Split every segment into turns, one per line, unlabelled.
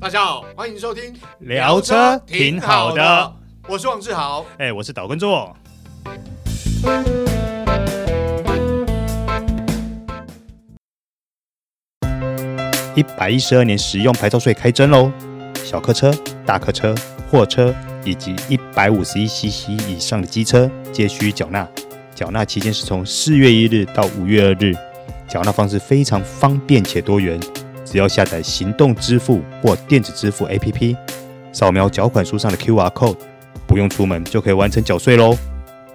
大家好，欢迎收听
聊车挺好的，
我是王志豪。
哎、我是岛根座。一百一十二年实用牌照税开征喽！小客车、大客车、货车以及一百五十一 CC 以上的机车皆需缴纳。缴纳期间是从四月一日到五月二日。缴纳方式非常方便且多元，只要下载行动支付或电子支付 APP，扫描缴款书上的 QR code，不用出门就可以完成缴税喽。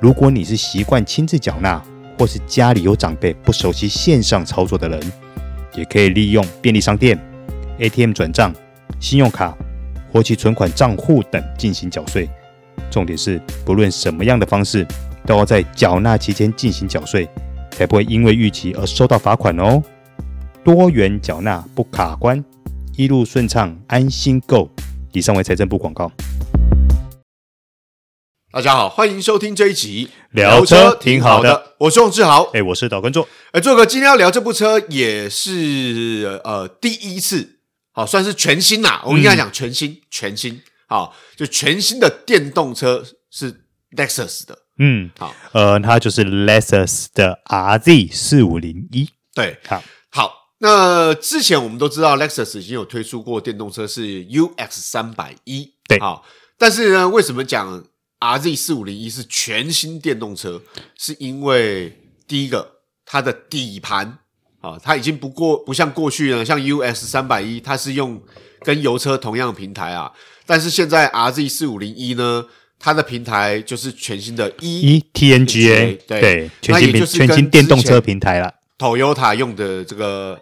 如果你是习惯亲自缴纳，或是家里有长辈不熟悉线上操作的人，也可以利用便利商店、ATM 转账、信用卡或其存款账户等进行缴税。重点是，不论什么样的方式，都要在缴纳期间进行缴税，才不会因为逾期而收到罚款哦。多元缴纳不卡关，一路顺畅，安心购。以上为财政部广告。
大家好，欢迎收听这一集
聊车挺好的，
我是王志豪。
哎、我是导观众。
哎，做哥，今天要聊这部车也是呃第一次，好、算是全新啦。我们应该讲全新，全新，好、就全新的电动车是 Lexus 的，
嗯，
好，
呃，它就是 Lexus 的 RZ 四五零一。
对，
好，
好。那之前我们都知道，Lexus 已经有推出过电动车是 UX 三百一，
对
好，但是呢，为什么讲 RZ 四五零一是全新电动车？是因为第一个，它的底盘啊，它已经不过不像过去呢，像 UX 三百一，它是用跟油车同样的平台啊，但是现在 RZ 四五零一呢，它的平台就是全新的 E
一 TNGA
对
全
那也就
新平
是跟
全新电动
之前
车平台啦，
Toyota 用的这个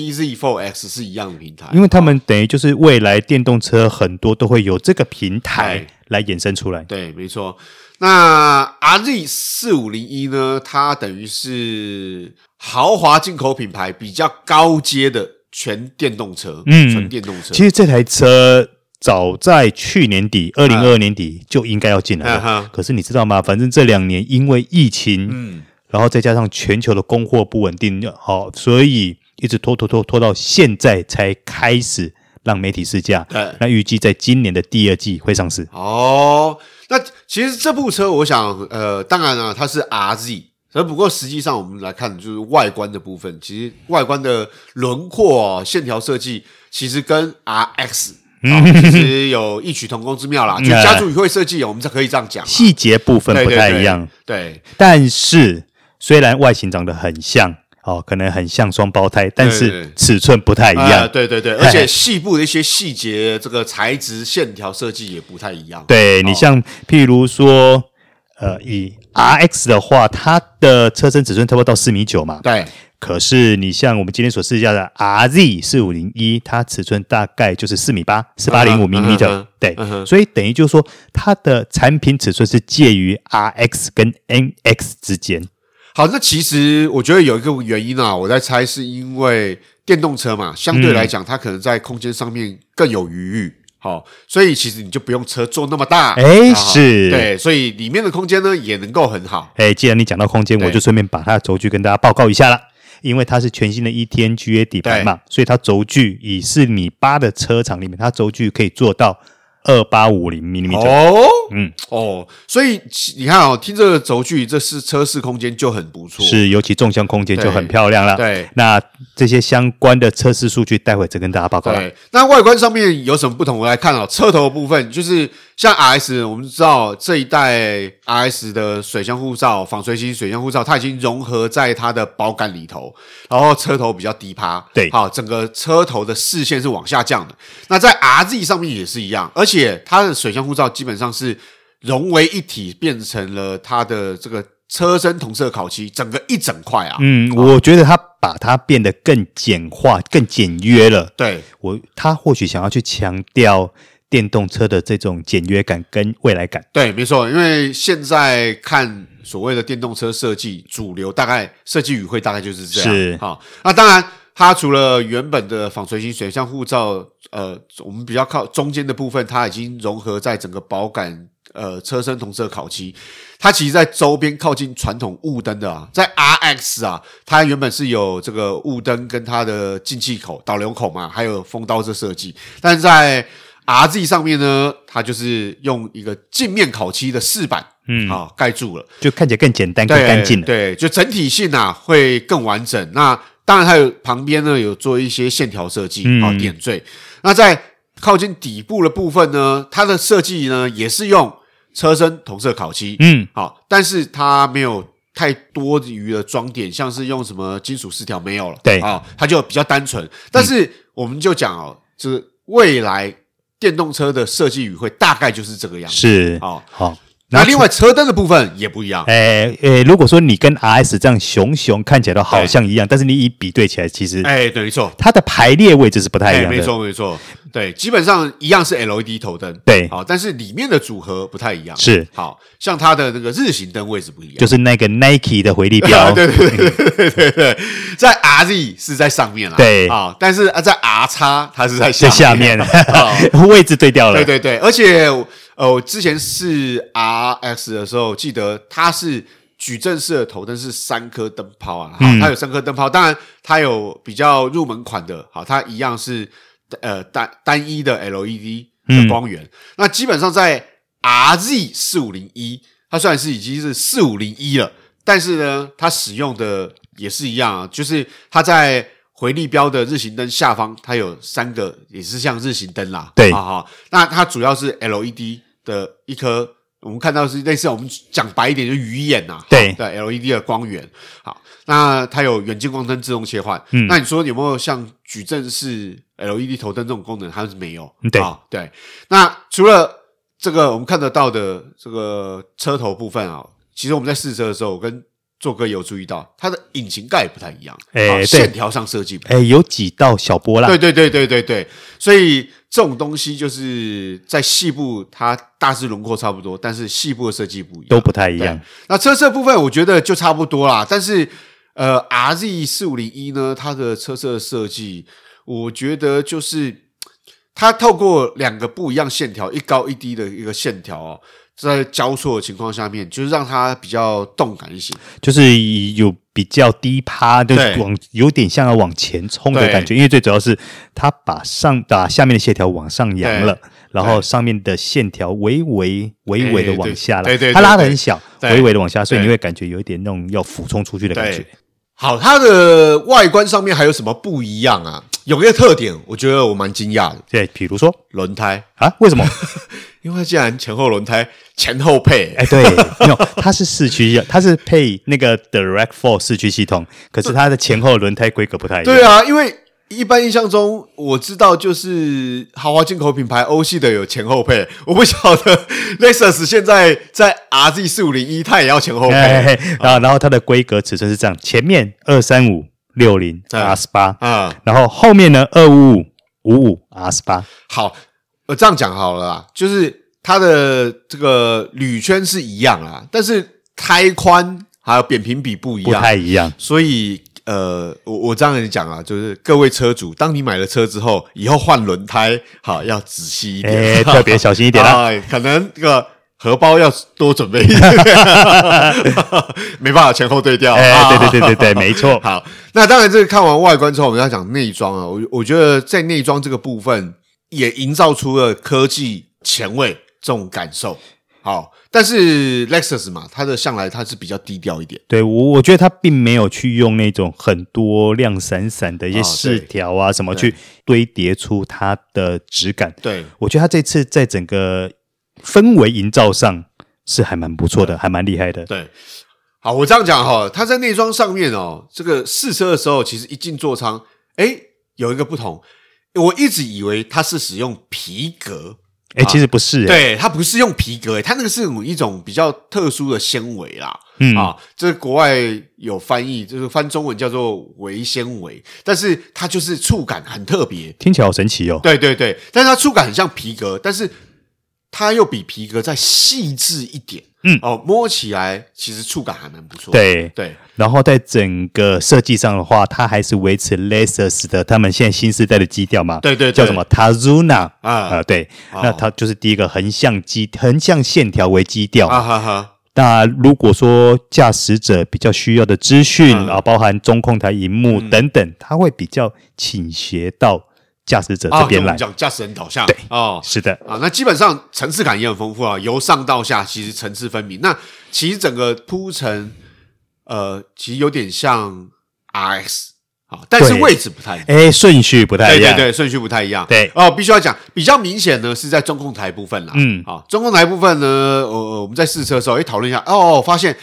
BZ4X 是一样的平台，
因为他们等于就是未来电动车很多都会有这个平
对
台来衍生出来。
对，没错。那 RZ 四五零一呢？它等于是豪华进口品牌比较高阶的全电动车，
嗯
纯电动车。
其实这台车早在去年底，二零二二年底就应该要进来
啊哈
了。可是你知道吗？反正这两年因为疫情，
嗯，
然后再加上全球的供货不稳定，好、所以一直拖拖拖拖到现在才开始让媒体试驾。
对
那预计在今年的第二季会上市。
哦，那其实这部车，我想，呃，当然啊，它是 RZ，而不过实际上我们来看，就是外观的部分，其实外观的轮廓、哦、线条设计，其实跟 RX、啊、
嗯
其实有异曲同工之妙 啦。就家族与会设计，我们才可以这样讲啊。
哎细节部分
对
不
对
太一样，
对，
但是虽然外形长得很像，哦，可能很像双胞胎，但
对
是
对
尺寸不太一
啊，
样。
对对对，
嘿
而且细部的一些细节，这个材质、线条设计也不太一样。，
对你
哦
像譬如说，呃，以 RX 的话，它的车身尺寸差不多到四米九嘛，
对，
可是你像我们今天所试驾的 RZ 四五零一，它尺寸大概就是四米八，四八零五
嗯
毫
哼
米
嗯
的
哼，
对
嗯哼，
所以等于就是说，它的产品尺寸是介于 RX 跟 NX 之间。
好，那其实我觉得有一个原因啊，我在猜是因为电动车嘛，相对来讲，它可能在空间上面更有余裕。好、所以其实你就不用车做那么大，
哎
啊
是
对，所以里面的空间呢也能够很好。
哎，既然你讲到空间，
对
我就顺便把它的轴距跟大家报告一下啦。因为它是全新的 ETNGA 底盘嘛，所以它轴距以四米八的车长里面，它轴距可以做到二八五零毫米。
哦，
嗯，
哦，所以其你看哦，听这个轴距，这是车室空间就很不错，，
是，啊尤其纵向空间就很漂亮了。
对
那这些相关的测试数据，待会再跟大家报告啦。
对，那外观上面有什么不同？我来看哦，车头的部分就是像 RS，我们知道这一代 RS 的水箱护罩、纺锤型水箱护罩，它已经融合在它的保杆里头，然后车头比较低趴，
对
好，整个车头的视线是往下降的。那在 RZ 上面也是一样，而且它的水箱护罩基本上是融为一体，变成了它的这个车身同色烤漆，整个一整块啊，
嗯，我觉得它把它变得更简化、更简约了。
对。
我它或许想要去强调电动车的这种简约感跟未来感。
对，没错，因为现在看所谓的电动车设计主流，大概设计语汇大概就是这样。
是
好、那当然，它除了原本的纺锤型水箱护罩，呃，我们比较靠中间的部分，它已经融合在整个保杆呃车身同色烤漆，它其实在周边靠近传统雾灯的啊，在 RX 啊，它原本是有这个雾灯跟它的进气口、导流口嘛，还有风刀这设计，但是在 RZ 上面呢，它就是用一个镜面烤漆的饰板，
嗯
啊盖住了。
就看起来更简单、更
对
干净了。
对，就整体性啊会更完整。那当然还有旁边呢有做一些线条设计
嗯
啊、好点缀。那在靠近底部的部分呢，它的设计呢也是用车身同色烤漆，
嗯，
好，但是它没有太多余的装点，像是用什么金属饰条没有了，
对嗯
啊、它就比较单纯。但是我们就讲哦，就是未来电动车的设计语会大概就是这个样子。
是
好，
好。
那
然
另
后，
外车灯的部分也不一样，
哎哎，如果说你跟 RS 这样熊熊看起来都好像一样，但是你一比对起来，其实
哎，对，没错，哎
它的排列位置是不太一样
没
的。
错没错，对，基本上一样是 LED 头灯，
对
好，但是里面的组合不太一样，
是
好像它的那个日行灯位置不一样，
就是那个 Nike 的回力 标，
对对对对对对，在 RZ 是在上面啦，
对
啊，但是啊在 R 叉它是在
在下 面
哦
位置对调了。
对对对，而且呃，我之前是 RX 的时候，记得它是矩阵式的头灯是三颗灯泡啊，好
嗯
它有三颗灯泡，当然它有比较入门款的，好，它一样是呃单单一的 LED
嗯
的光源，那基本上在 RZ 四五零一，它虽然是已经是四五零一了，但是呢，它使用的也是一样啊，就是它在回力标的日行灯下方，它有三个也是像日行灯啦，
对
啊哈、那它主要是 LED 的一颗，我们看到是类似我们讲白一点就鱼眼呐、
对
对 LED 的光源。好，那它有远近光灯自动切换，
嗯
那你说有没有像矩阵式 LED 头灯这种功能？它是没有，
对
啊对。那除了这个我们看得到的这个车头部分啊，其实我们在试车的时候，我跟做哥有注意到，它的引擎盖也不太一样，
哎
啊
对
线条上设计不太一样
哎，有几道小波浪
对，对对对对对，所以这种东西就是在细部，它大致轮廓差不多，但是细部的设计不一样，
都不太一样
对。。那车色部分我觉得就差不多啦，但是呃，RZ 四五零一呢，它的车色设计，我觉得就是它透过两个不一样线条，一高一低的一个线条哦。在交错的情况下面，就是让它比较动感一些。
就是有比较低趴，就是
对
往有点像要往前冲的
对
感觉，因为最主要是它把上把下面的线条往上扬了，然后上面的线条微微微微的往下了，
哎对对对
它拉的很小，
对
微微的往下，所以你
对
会感觉有一点那种要俯冲出去的感觉
对。
好，它的外观上面还有什么不一样啊？有一个特点，我觉得我蛮惊讶的，
对，比如说
轮胎，
啊，为 什么？
因为它竟然前后轮胎前后配、
哎，对，没有，它是四驱，它是配那个 Direct Four 四驱系统，可是它的前后轮胎规格不太一样。
对啊，因为一般印象中我知道就是豪华进口品牌欧系的有前后配，我不晓得 Lexus 现在在 RZ 四五零一它也要前后配，
哎，嘿嘿然后然后它的规格尺寸是这样，前面二三五六零 R 十八
啊，
然后后面呢二五五五五 R 十八，
好，我这样讲好了啦，就是它的这个铝圈是一样啦，但是胎宽还有扁平比不一
不
样，
太一样。
所以呃，我我这样跟你讲啊，就是各位车主，当你买了车之后，以后换轮胎好要仔细一点，
哎，特别小心一点啦。
哎可能这个荷包要多准备一点， 没办法前后对调。
哎，对对对对
对。
对，没错。
好，那当然，这个看完外观之后，我们要讲内装啊。我我觉得在内装这个部分也营造出了科技前卫这种感受。好，但是 Lexus 嘛，它的向来它是比较低调一点。
对我，我觉得它并没有去用那种很多亮闪闪的一些
哦对
饰条啊什么去堆叠出它的质感。
对，
我觉得它这次在整个氛围营造上是还蛮不错的，还蛮厉害的。
对，
好，我这样讲哈，它在内装上面哦，这个试车的时候，其实一进座舱，哎，有一个不同，我一直以为它是使用皮革，
哎，其实不是，哎
对，它不是用皮革，它那个是有一种比较特殊的纤维啦，
嗯
啊，这个国外有翻译，就是翻中文叫做维纤维，但是它就是触感很特别，
听起来好神奇哦。
对对对，但是它触感很像皮革，但是
它又比皮革再细致一点，
嗯
哦，摸起来其实触感还蛮不错的。
对，
对，
然后在整个设计上的话，它还是维持 Lexus 的他们现在新时代的基调嘛，
对对对
叫什么 Tazuna
啊
呃对，那它就是第一个横向基横向线条为基调，
啊哈哈，
那如果说驾驶者比较需要的资讯
嗯
啊，包含中控台、荧幕等等，它会比较倾斜到驾驶者
啊，
这边
就我
来
们。讲驾驶人导向，
对
哦，
是的，
啊，那基本上层次感也很丰富啊，由上到下其实层次分明。那其实整个铺陈，呃，其实有点像 RX 啊，但是
对
位置不太一样。
哎，顺序不太
对
一
对
样。
对，顺序不太一样。
对
哦，必须要讲，比较明显呢是在中控台部分啦。
嗯
好、中控台部分呢，呃，我们在试车的时候也讨论一下，哦，发现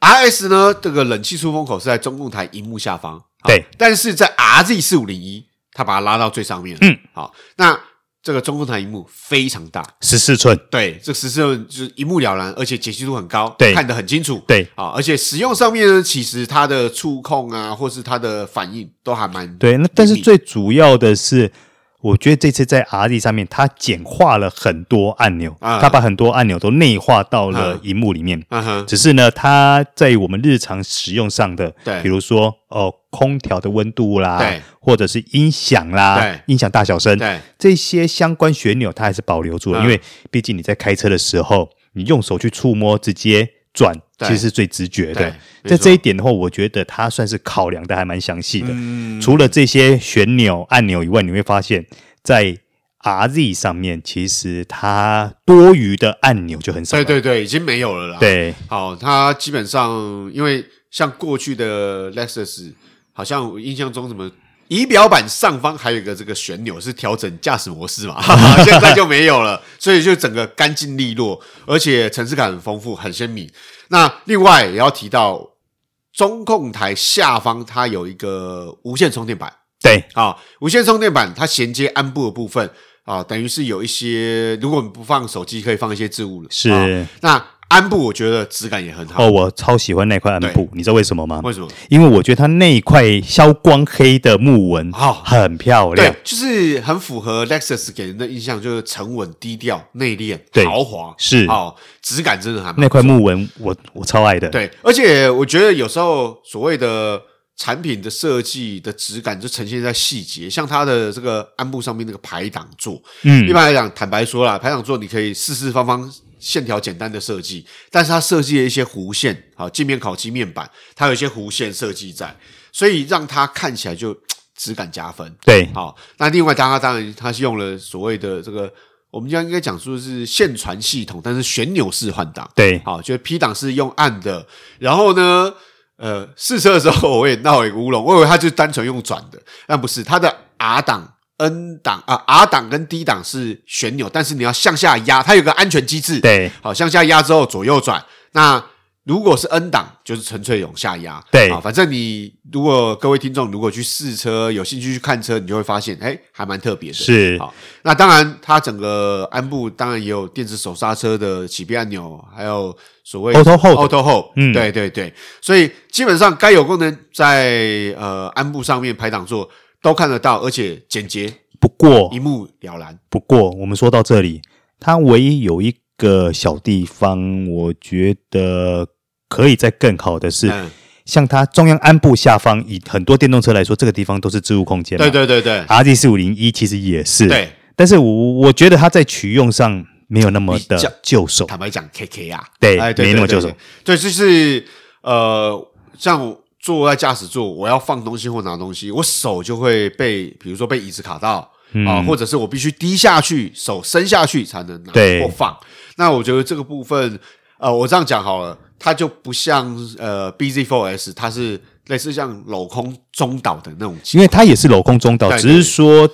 RS 呢这个冷气出风口是在中控台荧幕下方，好
对，
但是在 RZ 四五零一，它把它拉到最上面。
嗯，
好，那这个中控台荧幕非常大，
十四寸，
对，这十四寸就是一目了然，而且解析度很高，
对
看得很清楚，
对
啊，而且使用上面呢，其实它的触控啊，或是它的反应都还蛮
对。那但是
灵敏
最主要的是，我觉得这次在 R D 上面，它简化了很多按钮，
啊
它把很多按钮都内化到了
啊
荧幕里面。
嗯哼，
只是呢，它在我们日常使用上的，
对
比如说哦，空调的温度啦，
对，
或者是音响啦
对，
音响大小声，
对。
这些相关旋钮它还是保留住了，
嗯
因为毕竟你在开车的时候，你用手去触摸直接转，
对
其实是最直觉
对
的。
没
在
错
这一点的话，我觉得它算是考量的还蛮详细的。
嗯
除了这些旋钮按钮以外，你会发现在 RZ 上面，其实它多余的按钮就很少了。
对对对，已经没有了啦。，
对
好，它基本上因为像过去的 Lexus，好像我印象中什么仪表板上方还有一个这个旋钮是调整驾驶模式嘛， 哈哈现在就没有了，所以就整个干净利落，而且层次感很丰富，很鲜明。那另外也要提到中控台下方，它有一个无线充电板。
对
啊、无线充电板它衔接安部的部分啊、等于是有一些，如果你不放手机，可以放一些置物了。
是
啊那安部我觉得质感也很好，
哦，我超喜欢那块暗布，你知道为什么吗？
为什么？
因为我觉得它那一块消光黑的木纹
哦
很漂亮
对。，就是很符合 Lexus 给人的印象，就是沉稳、低调、内敛
对、
豪华，
是
哦，质感真的还蛮
那块木纹我我超爱的。
对，而且我觉得有时候所谓的产品的设计的质感，就呈现在细节，像它的这个安部上面那个排挡座，
嗯
一般来讲，坦白说啦，排挡座你可以四四方方线条简单的设计，但是它设计了一些弧线，好，镜面烤漆面板，它有一些弧线设计在，所以让它看起来就嘖质感加分。
对
好，那另外当然当然它是用了所谓的这个。我们应该讲说是线传系统，但是旋钮式换挡，
对
好，就是 P 档是用按的，然后呢，呃，试车的时候我也闹了一个乌龙，我以为它就单纯用转的，但不是，它的 R 档、N 档啊、r 档跟 D 档是旋钮，但是你要向下压，它有个安全机制，，
对
好，向下压之后左右转，那。如果是 N 档，就是纯粹用下压。
对
啊，反正你如果各位听众如果去试车，有兴趣去看车，你就会发现，哎、还蛮特别的。
是
好，那当然，它整个安部当然也有电子手刹车的启闭按钮，还有所谓
Auto Hold
Auto Hold，
嗯
对对对，所以基本上该有功能在呃安部上面排档座都看得到，而且简洁
不过
一目了然。
不过，我们说到这里，它唯一有一个小地方，我觉得可以再更好的是，
嗯
像它中央鞍部下方，以很多电动车来说，这个地方都是置物空间嘛。
对对对对
r D 四五零一其实也是。。
对，
但是我我觉得它在取用上没有那么
比较
的就手。
坦白讲，KK 啊，
对
哎，对
没那么就手
对对，对就是呃，像我坐在驾驶座，我要放东西或拿东西，我手就会被，比如说被椅子卡到。
嗯
啊，或者是我必须低下去，手伸下去才能拿
对
或放。那我觉得这个部分，呃，我这样讲好了，它就不像呃 BZ4S，它是类似像镂空中岛的那种机。
因为它也是镂空中岛，
对对
只是说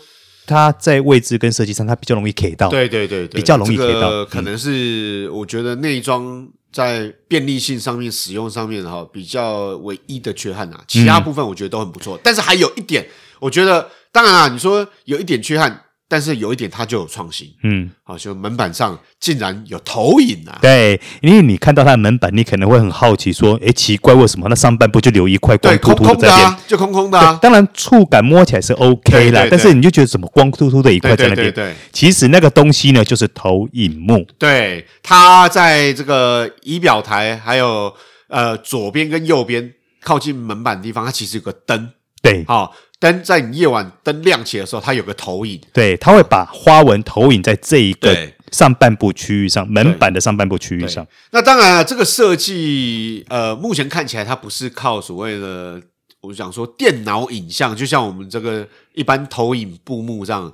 它在位置跟设计上，它比较容易 K 到。
对对对对，
哦比较容易
这
贴到嗯
个可能是我觉得内装在便利性上面、使用上面哈比较唯一的缺憾啊，
嗯
其他部分我觉得都很不错。但是还有一点，我觉得当然啊，你说有一点缺憾，但是有一点它就有创新，
嗯，
好，就门板上竟然有投影啊，
对，因为你看到它的门板，你可能会很好奇说，诶，奇怪，为什么那上半部就留一块光
对，
秃
空
秃的
空
在
的
那边？
啊，就空空的
对，
啊，
当然触感摸起来是 OK 啦，
对对对
但是你就觉得怎么光秃秃的一块
对
在那
对
边？
对对
其实那个东西呢，就是投影幕。
对，它在这个仪表台还有呃左边跟右边靠近门板的地方，它其实有个灯，
对
好、灯在你夜晚灯亮起的时候，它有个投影，
对，它会把花纹投影在这一个
对
上半部区域上，门板的上半部区域上。
那当然啊了，这个设计，呃，目前看起来它不是靠所谓的，我们讲说电脑影像，就像我们这个一般投影布幕这样。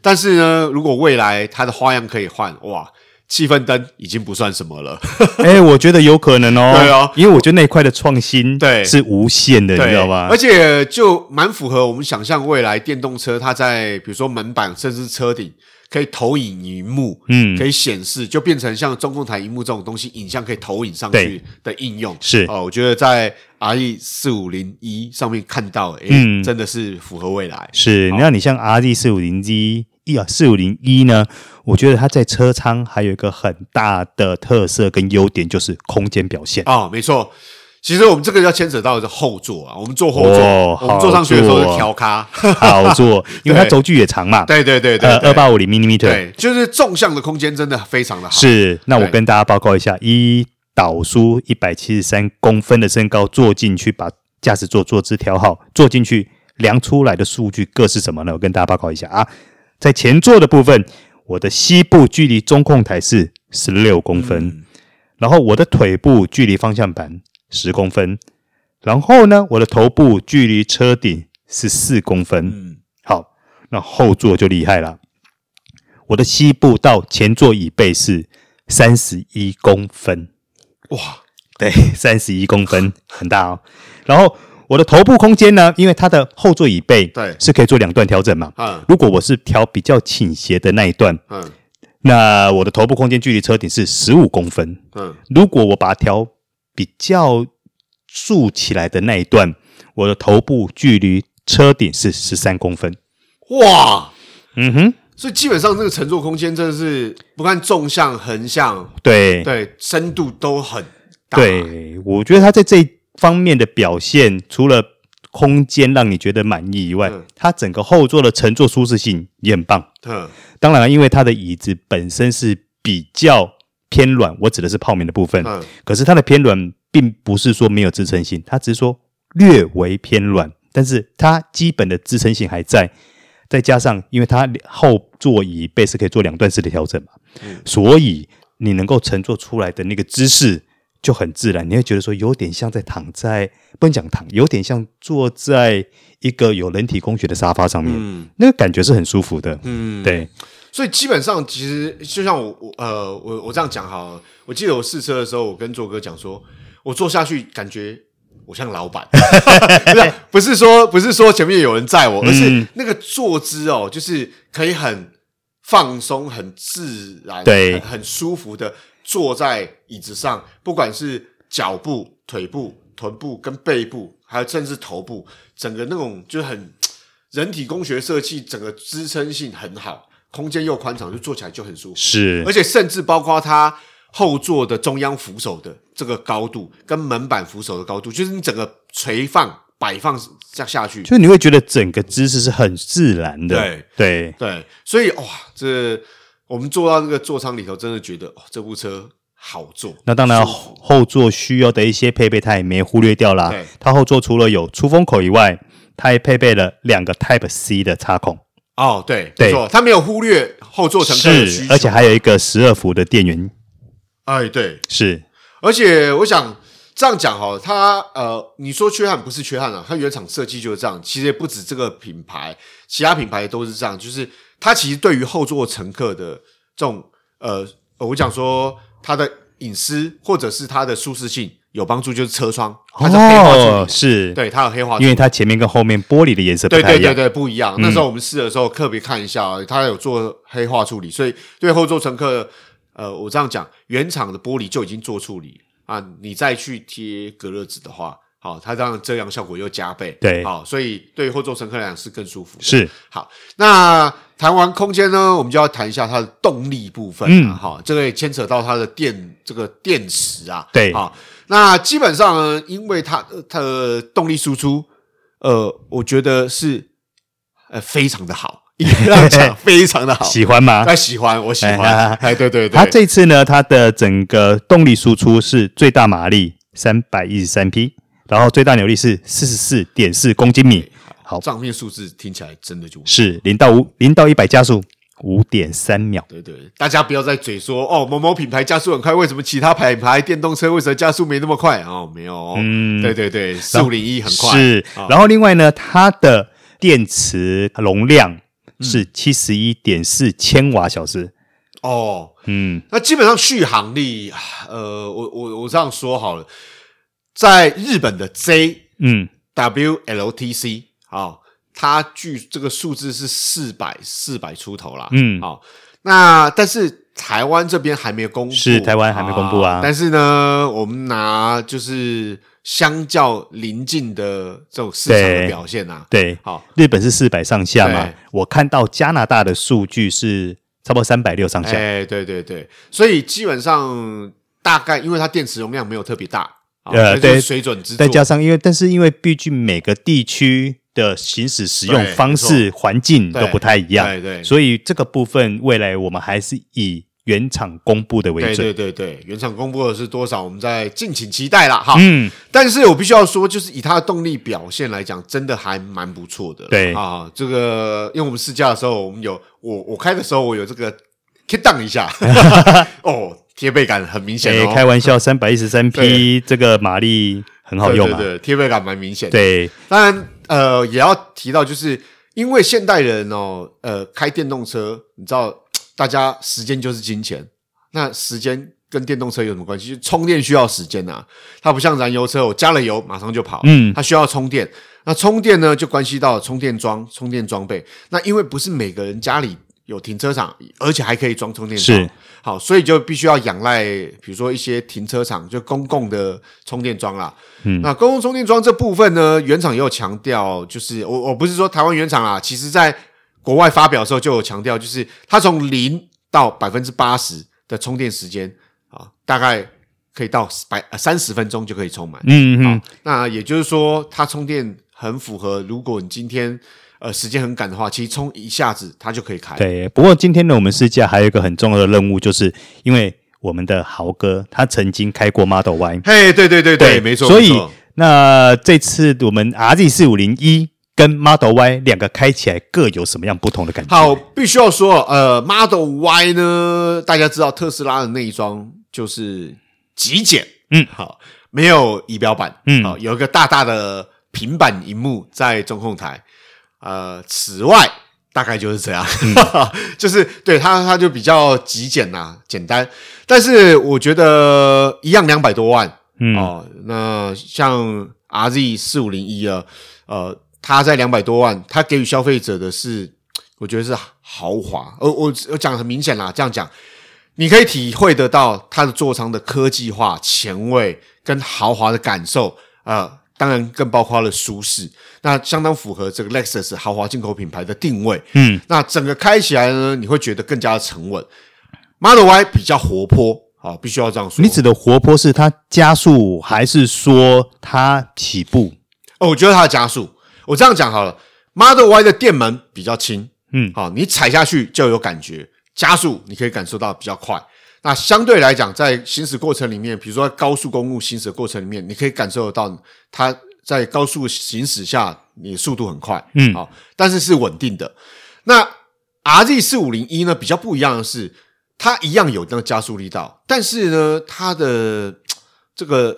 但是呢，如果未来它的花样可以换，哇，气氛灯已经不算什么了。
哎，我觉得有可能哦，
对哦
因为我觉得那一块的创新
对
是无限的，你
对，
知道吧
而？且就蛮符合我们想象未来电动车它在比如说门板甚至车顶可以投影荧幕，
嗯
可以显示，就变成像中控台荧幕这种东西，影像可以投影上去的应用
是
哦。我觉得在 RE 四五零一上面看到，诶、
嗯
真的是符合未来。
是，那你像 R Z 四五零 Z 一啊四五零一呢，我觉得它在车舱还有一个很大的特色跟优点就是空间 表现。
哦，没错。其实我们这个要牵扯到的是后座啊，我们坐后座，
哦
我们坐上学的时候
好
是
坐
调咖，
好做，因为它
对
轴距也长嘛，
对对对对
呃，
对
二八五零 m m
对，就是纵向的空间真的非常的好。
是。那我
对
跟大家报告一下，一导叔一百七十三公分的身高坐进去，把驾驶座坐姿调好，坐进去量出来的数据各是什么呢？我跟大家报告一下啊，在前座的部分，我的膝部距离中控台是十六公分，
嗯
然后我的腿部距离方向盘十公分，然后呢，我的头部距离车顶是四公分。
嗯，
好，那后座就厉害了。我的膝部到前座椅背是三十一公分，
哇，
对， 三十一公分，很大哦。然后我的头部空间呢，因为它的后座椅背
对
是可以做两段调整嘛。
嗯
如果我是调比较倾斜的那一段，
嗯
那我的头部空间距离车顶是十五公分。
嗯，
如果我把它调比较竖起来的那一段，我的头部距离车顶是十三公分。
哇！
嗯哼，
所以基本上这个乘坐空间真的是不看纵向、横向，
对，
对深度都很大。，
对，我觉得他在这一方面的表现，除了空间让你觉得满意以外
嗯，
它整个后座的乘坐舒适性也很棒。
嗯
当然了，因为它的椅子本身是比较偏软，我指的是泡棉的部分，
嗯
可是它的偏软并不是说没有支撑性，它只是说略微偏软，但是它基本的支撑性还在。再加上，因为它后座椅背是可以做两段式的调整嘛，所以你能够乘坐出来的那个姿势就很自然，你会觉得说有点像在躺在，不能讲躺，有点像坐在一个有人体工学的沙发上面，那个感觉是很舒服的。嗯，对，
所以基本上其实就像我我呃我我这样讲好了，我记得我试车的时候，我跟卓哥讲说，我坐下去感觉。我像老 板，不是啊不是说不是说前面有人载
嗯
我，而是那个坐姿哦，就是可以很放松、很自然、
对
很很舒服的坐在椅子上，不管是脚部、腿部、臀部跟背部，还有甚至头部，整个那种就是很人体工学设计，整个支撑性很好，空间又宽敞，就坐起来就很舒服。
是
而，且甚至包括它后座的中央扶手的这个高度，跟门板扶手的高度，就是你整个垂放摆放下下去，
就是你会觉得整个姿势是很自然的。
对
对，
对，所以哇，这我们坐到那个座舱里头，真的觉得哦，这部车好坐。
那当然
舒服
后后座需要的一些配备，它也没忽略掉啦
对。
它后座除了有出风口以外，它还配备了两个 Type C 的插孔，
哦，对，
对
没错，他没有忽略后座乘客的需
是，
求，
而且还有哦一个十二伏的电源，
哎，对，
是
而且我想这样讲哈，它呃，你说缺憾不是缺憾啊，它原厂设计就是这样。其实也不止这个品牌，其他品牌都是这样，就是它其实对于后座乘客的这种呃，呃我讲说它的隐私或者是它的舒适性有帮助，就是车窗，它是黑化处理的
哦，是，
对，它有黑化处
因
理
为它前面跟后面玻璃的颜色不
对
太
对
一样嗯
对。对，不一样。那时候我们试的时候特别看一下啊，它有做黑化处理，所以对后座乘客，呃，我这样讲，原厂的玻璃就已经做处理啊，你再去贴隔热纸的话，好、它当然遮阳效果又加倍，
对
好、所以对于后座乘客来讲是更舒服的。
是
好，那谈完空间呢，我们就要谈一下它的动力部分
嗯
啊，哈、这个也牵扯到它的电这个电池啊，
对
好、那基本上呢，因为它呃它的动力输出，呃，我觉得是呃非常的好，应该这样讲，非常的好，
喜欢吗？
哎，喜欢，我喜
哎
欢，哎，对对对，
它这次呢，它的整个动力输出是最大马力三百一十三匹，然后最大扭力是四十四点四公斤米，好
账面数字听起来真的就无。
是零到五零到一百加速五点三秒。
对对，大家不要再嘴说哦，某某品牌加速很快，为什么其他品牌电动车为什么加速没那么快哦？没有哦，
嗯
对对对，四五零一很快，啊
是
好，
然后另外呢，它的电池容量
嗯
是七十一点四千瓦小时。
哦。
嗯，
那基本上续航力，呃，我我我这样说好了，在日本的 JWLTC
嗯，
啊、哦，它据这个数字是四百四百出头啦，
嗯
好、那但是台湾这边还没有公布，哦
是台湾还没公布啊
但是呢，我们拿就是相较邻近的这种市场
对
的表现啊，
对，
好，
日本是四百上下嘛
对，
我看到加拿大的数据是差不多三百六上下。
哎，对对对，所以基本上大概因为它电池容量没有特别大，啊
呃
所以就是
对
水准之
再
作，
加上因为，但是因为毕竟每个地区的行驶使用
对
方式、环境都
对
不太一样，
对对
所以这个部分未来我们还是以原厂公布的为
对
准。
对对对，原厂公布的是多少，我们再敬请期待啦哈。
嗯，
但是我必须要说，就是以它的动力表现来讲，真的还蛮不错的啦。
对
啊，这个因为我们试驾的时候，我们有我我开的时候，我有这个 kick down 一 下，哦，贴背感很明显
哎、
哦，
开玩笑，三百一十三匹这个马力很好用啊。
对对对，贴背感蛮明显的。
对
当然，呃，也要提到，就是因为现代人哦，呃，开电动车，你知道，大家时间就是金钱，那时间跟电动车有什么关系？就是充电需要时间啊，它不像燃油车，我加了油马上就跑，
嗯
它需要充电。那充电呢，就关系到充电桩、充电装备。那因为不是每个人家里有停车场，而且还可以装充电桩
是，
好，所以就必须要仰赖，比如说一些停车场，就公共的充电桩啦。嗯，那公共充电桩这部分呢，原厂也有强调，就是我我不是说台湾原厂啦，其实在国外发表的时候就有强调，就是它从零到百分之八十的充电时间啊，大概可以到百三十分钟就可以充满。
嗯嗯，
那也就是说，它充电很符合，如果你今天呃时间很赶的话，其实充一下子它就可以开。
对。不过今天呢，我们试驾还有一个很重要的任务，就是因为我们的豪哥他曾经开过 Model Y，
嘿对对对对，没错。
所以
没错
那这次我们 RZ 四五零一跟 Model Y 两个开起来各有什么样不同的感觉？
好，必须要说，呃，Model Y 呢，大家知道特斯拉的那一装就是极简，
嗯，
好，没有仪表板，
嗯
好，有一个大大的平板荧幕在中控台，呃，此外大概就是这样，
嗯
就是对它它就比较极简呐、简单，但是我觉得一样两百多万，
嗯，
哦，那像 RZ 四五零一啊，呃，它在两百多万，它给予消费者的是，我觉得是豪华。呃，我我讲得很明显啦，这样讲，你可以体会得到它的座舱的科技化、前卫跟豪华的感受，呃。当然，更包括了舒适，那相当符合这个 Lexus 豪华进口品牌的定位。
嗯，
那整个开起来呢，你会觉得更加的沉稳。Model Y 比较活泼，啊，必须要这样说。
你指的活泼是它加速，还是说它起步？
哦，我觉得它的加速，我这样讲好了，Model Y 的电门比较轻，
嗯
好、你踩下去就有感觉，加速你可以感受到比较快。那相对来讲，在行驶过程里面，比如说在高速公路行驶的过程里面，你可以感受得到它在高速行驶下，你速度很快，
嗯
好、但是是稳定的。那 RZ 四五零一呢，比较不一样的是，它一样有那个加速力道，但是呢，它的这个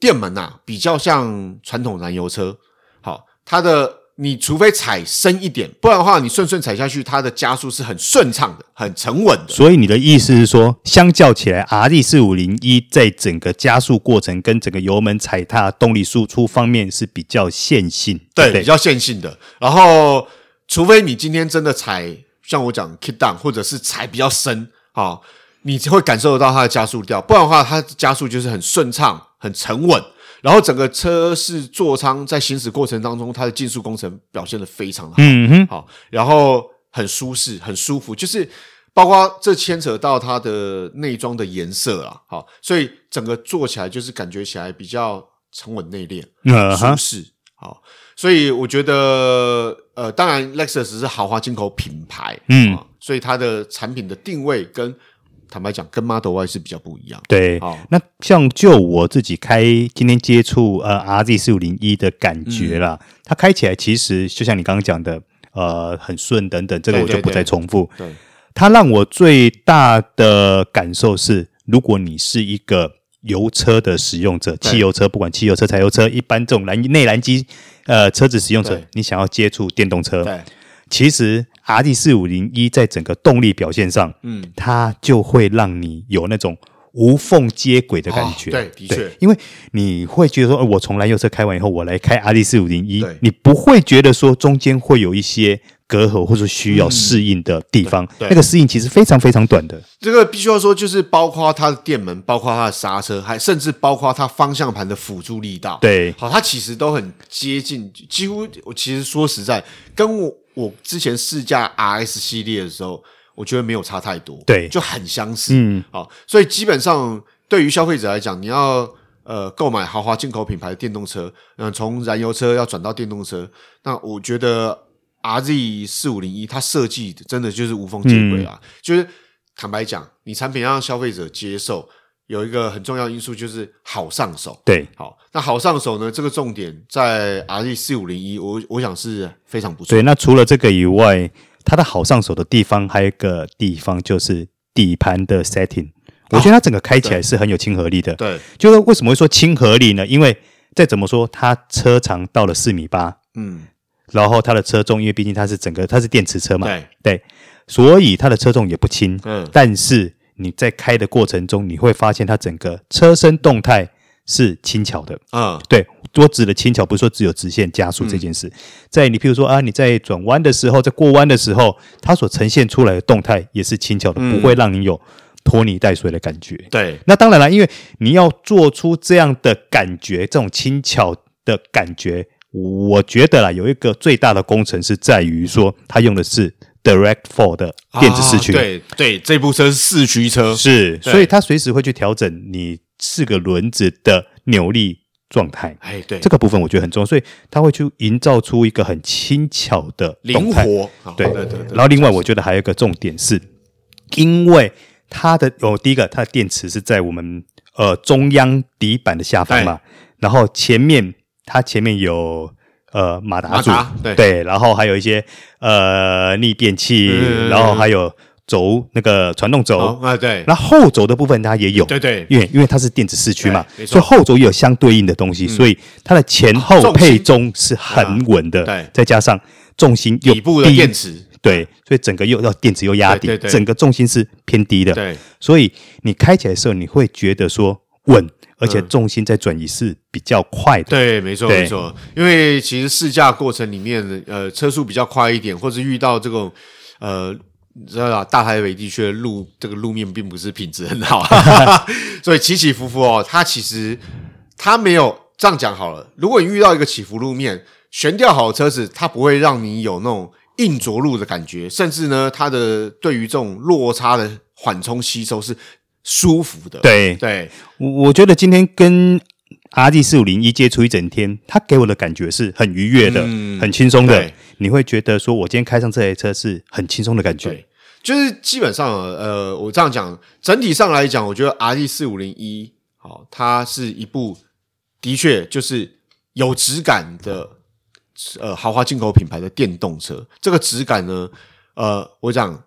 电门呐、啊比较像传统燃油车，好，它的你除非踩深一点，不然的话你顺顺踩下去，它的加速是很顺畅的，很沉稳的。
所以你的意思是说，相较起来，RZ 四五零一在整个加速过程跟整个油门踩踏、动力输出方面是比较线性，对
对，
不对
比较线性的。然后，除非你今天真的踩，像我讲 kick down，或者是踩比较深，哦好、你会感受得到它的加速掉，不然的话，它的加速就是很顺畅、很沉稳。然后整个车是座舱在行驶过程当中，它的竞速工程表现的非常的好，
嗯哼，
好，然后很舒适，很舒服，就是包括这牵扯到它的内装的颜色啊，好，所以整个坐起来就是感觉起来比较沉稳内敛，
嗯
舒
哈，
适。好，所以我觉得，呃，当然，Lexus 是豪华进口品牌，
嗯
啊所以它的产品的定位跟坦白讲，跟 Model Y 是比较不一样。
对。
好，
那像就我自己开今天接触呃 RZ 四五零一的感觉啦，
嗯
它开起来其实就像你刚刚讲的，呃，很顺等等，这个
对
我就
对
不再
对
重复。
对，
它让我最大的感受是，如果你是一个油车的使用者，
对
汽油车，不管汽油车、柴油车，一般这种燃内燃机呃车子使用者
对，
你想要接触电动车，
对，
其实 R D 四五零一在整个动力表现上，
嗯，
它就会让你有那种无缝接轨的感觉。
哦对的确
因为你会觉得说，呃我从燃油车开完以后，我来开 R D 四五零一
对，
你不会觉得说中间会有一些隔阂或者需要适应的地方。
嗯对对
那个适应其实非常非常短的。
这个必须要说，就是包括它的电门，包括它的刹车，还甚至包括它方向盘的辅助力道。，
对，
好，它其实都很接近，几乎我其实说实在，跟我我之前试驾 RS 系列的时候，我觉得没有差太多，
对
就很相似。
嗯，
好，所以基本上对于消费者来讲，你要呃购买豪华进口品牌的电动车，嗯、从燃油车要转到电动车，那我觉得 RZ 四五零一它设计的真的就是无缝接轨
嗯
啊，就是坦白讲，你产品要让消费者接受，有一个很重要因素就是好上手。
对，
好，那好上手呢？这个重点在 RZ 四五零一，我我想是非常不错
对。。那除了这个以外，它的好上手的地方还有一个地方就是底盘的 setting。我觉得它整个开起来是很有亲和力的，
哦对，
就是为什么会说亲和力呢？因为再怎么说，它车长到了四米八，
嗯，
然后它的车重，因为毕竟它是整个它是电池车嘛，
对，
所以它的车重也不轻。
嗯，
但是你在开的过程中，你会发现它整个车身动态是轻巧的。
嗯，
对，我指的轻巧不是说只有直线加速这件事，在你譬如说啊，你在转弯的时候，在过弯的时候，它所呈现出来的动态也是轻巧的，不会让你有拖泥带水的感觉。
对，
那当然了，因为你要做出这样的感觉，这种轻巧的感觉，我觉得啦，有一个最大的工程是在于说，它用的是 Direct Four 的电子四驱，
啊对对，这部车是四驱车，
是，
对
所以它随时会去调整你四个轮子的扭力状态。
哎，对，
这个部分我觉得很重要，所以它会去营造出一个很轻巧的
灵
动态
活，好
对
对对对
然后另外我觉得还有一个重点是，因为它的哦，第一个它的电池是在我们呃中央底板的下方嘛，
哎
然后前面它前面有呃马达组，
马达对
然后还有一些呃逆变器，
嗯
然后还有轴那个传动
好
轴，
啊，对，
那后轴的部分它也有，
对对
因为因为它是电子四驱嘛，
对没错嗯
所以后轴也有相对应的东西，所以它的前后
重心
配中是很稳的，
啊对
再加上重心又
底部的
低
电池，
对，所以整个又要电子又压低，
对对对
整个重心是偏低的，
对
所以你开起来的时候，你会觉得说
嗯
稳，而且重心在转移是比较快的。
对，没错
对
没错，因为其实试驾过程里面，呃，车速比较快一点，或者遇到这种呃。你知道吧？大台北地区的路，这个路面并不是品质很 好，所以起起伏伏哦。它其实它没有这样讲好了。如果你遇到一个起伏路面，悬吊好的车子，它不会让你有那种硬着陆的感觉，甚至呢，它的对于这种落差的缓冲吸收是舒服的。
对
对，
我我觉得今天跟 R D 四五零一接触一整天，它给我的感觉是很愉悦的，
嗯
很轻松的
对。
你会觉得说，我今天开上这台车是很轻松的感觉
对。就是基本上，呃，我这样讲，整体上来讲，我觉得 R D 四五零一，好，它是一部的确就是有质感的，呃，豪华进口品牌的电动车。这个质感呢，呃，我讲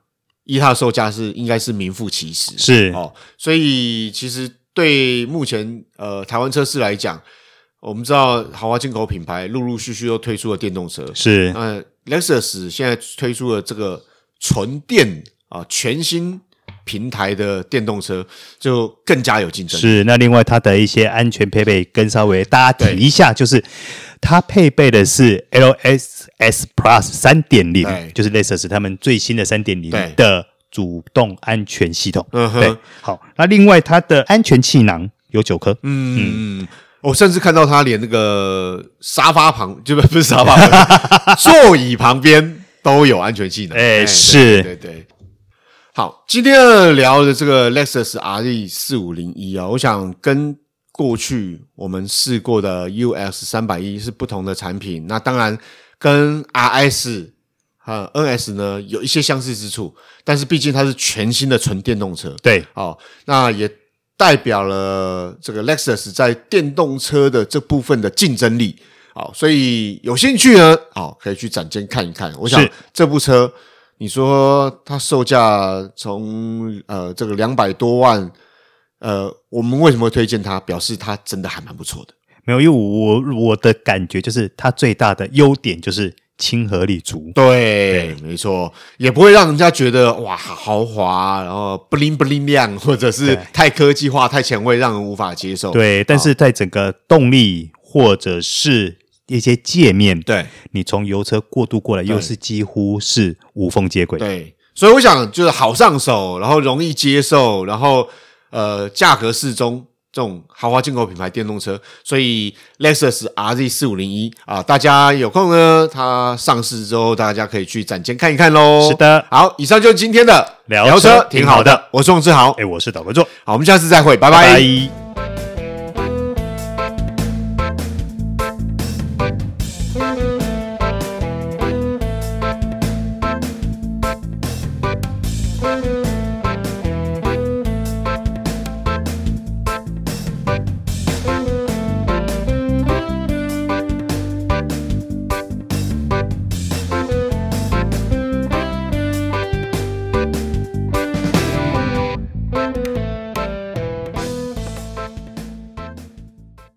依它的售价是应该是名副其实，
是
哦，所以其实对目前呃台湾车市来讲，我们知道豪华进口品牌陆陆续续都推出了电动车，
是，
呃，Lexus 现在推出了这个纯电啊、全新平台的电动车，就更加有竞争。
是，那另外它的一些安全配备跟稍微大家提一下，就是它配备的是 LSS Plus 三点零
对，
就是 Lexus 他们最新的三点零
对
的主动安全系统。
嗯哼
对，好，那另外它的安全气囊有九颗，
嗯，我甚至看到他连那个沙发旁，就不不是沙发 旁，座椅旁边都有安全气囊。
哎
对
是
对对对。好，今天聊的这个 Lexus RE 四五零一啊，我想跟过去我们试过的 UX 三百一是不同的产品。那当然跟 RS 和 NS 呢有一些相似之处，但是毕竟它是全新的纯电动车，
对，
哦，那也代表了这个 Lexus 在电动车的这部分的竞争力。好，所以有兴趣呢，好可以去展间看一看。我想
是
这部车，你说它售价从呃这个两百多万，呃，我们为什么会推荐它？表示它真的还蛮不错的。
没有，因为我我的感觉就是它最大的优点就是亲和力足，
对，没错，也不会让人家觉得哇豪华，然后不灵不灵亮，或者是
对
太科技化、太前卫，让人无法接受。
对，但是在整个动力或者是一些界面，
对，
你从油车过渡过来，又是几乎是无缝接轨，
对，所以我想就是好上手，然后容易接受，然后呃价格适中这种豪华进口品牌电动车，所以 Lexus RZ 四五零一啊，大家有空呢，它上市之后大家可以去展间看一看喽。
是的
好，以上就是今天的
聊车
车
挺好的
我是王志豪，
哎，我是导观众，
好，我们下次再会，拜拜
拜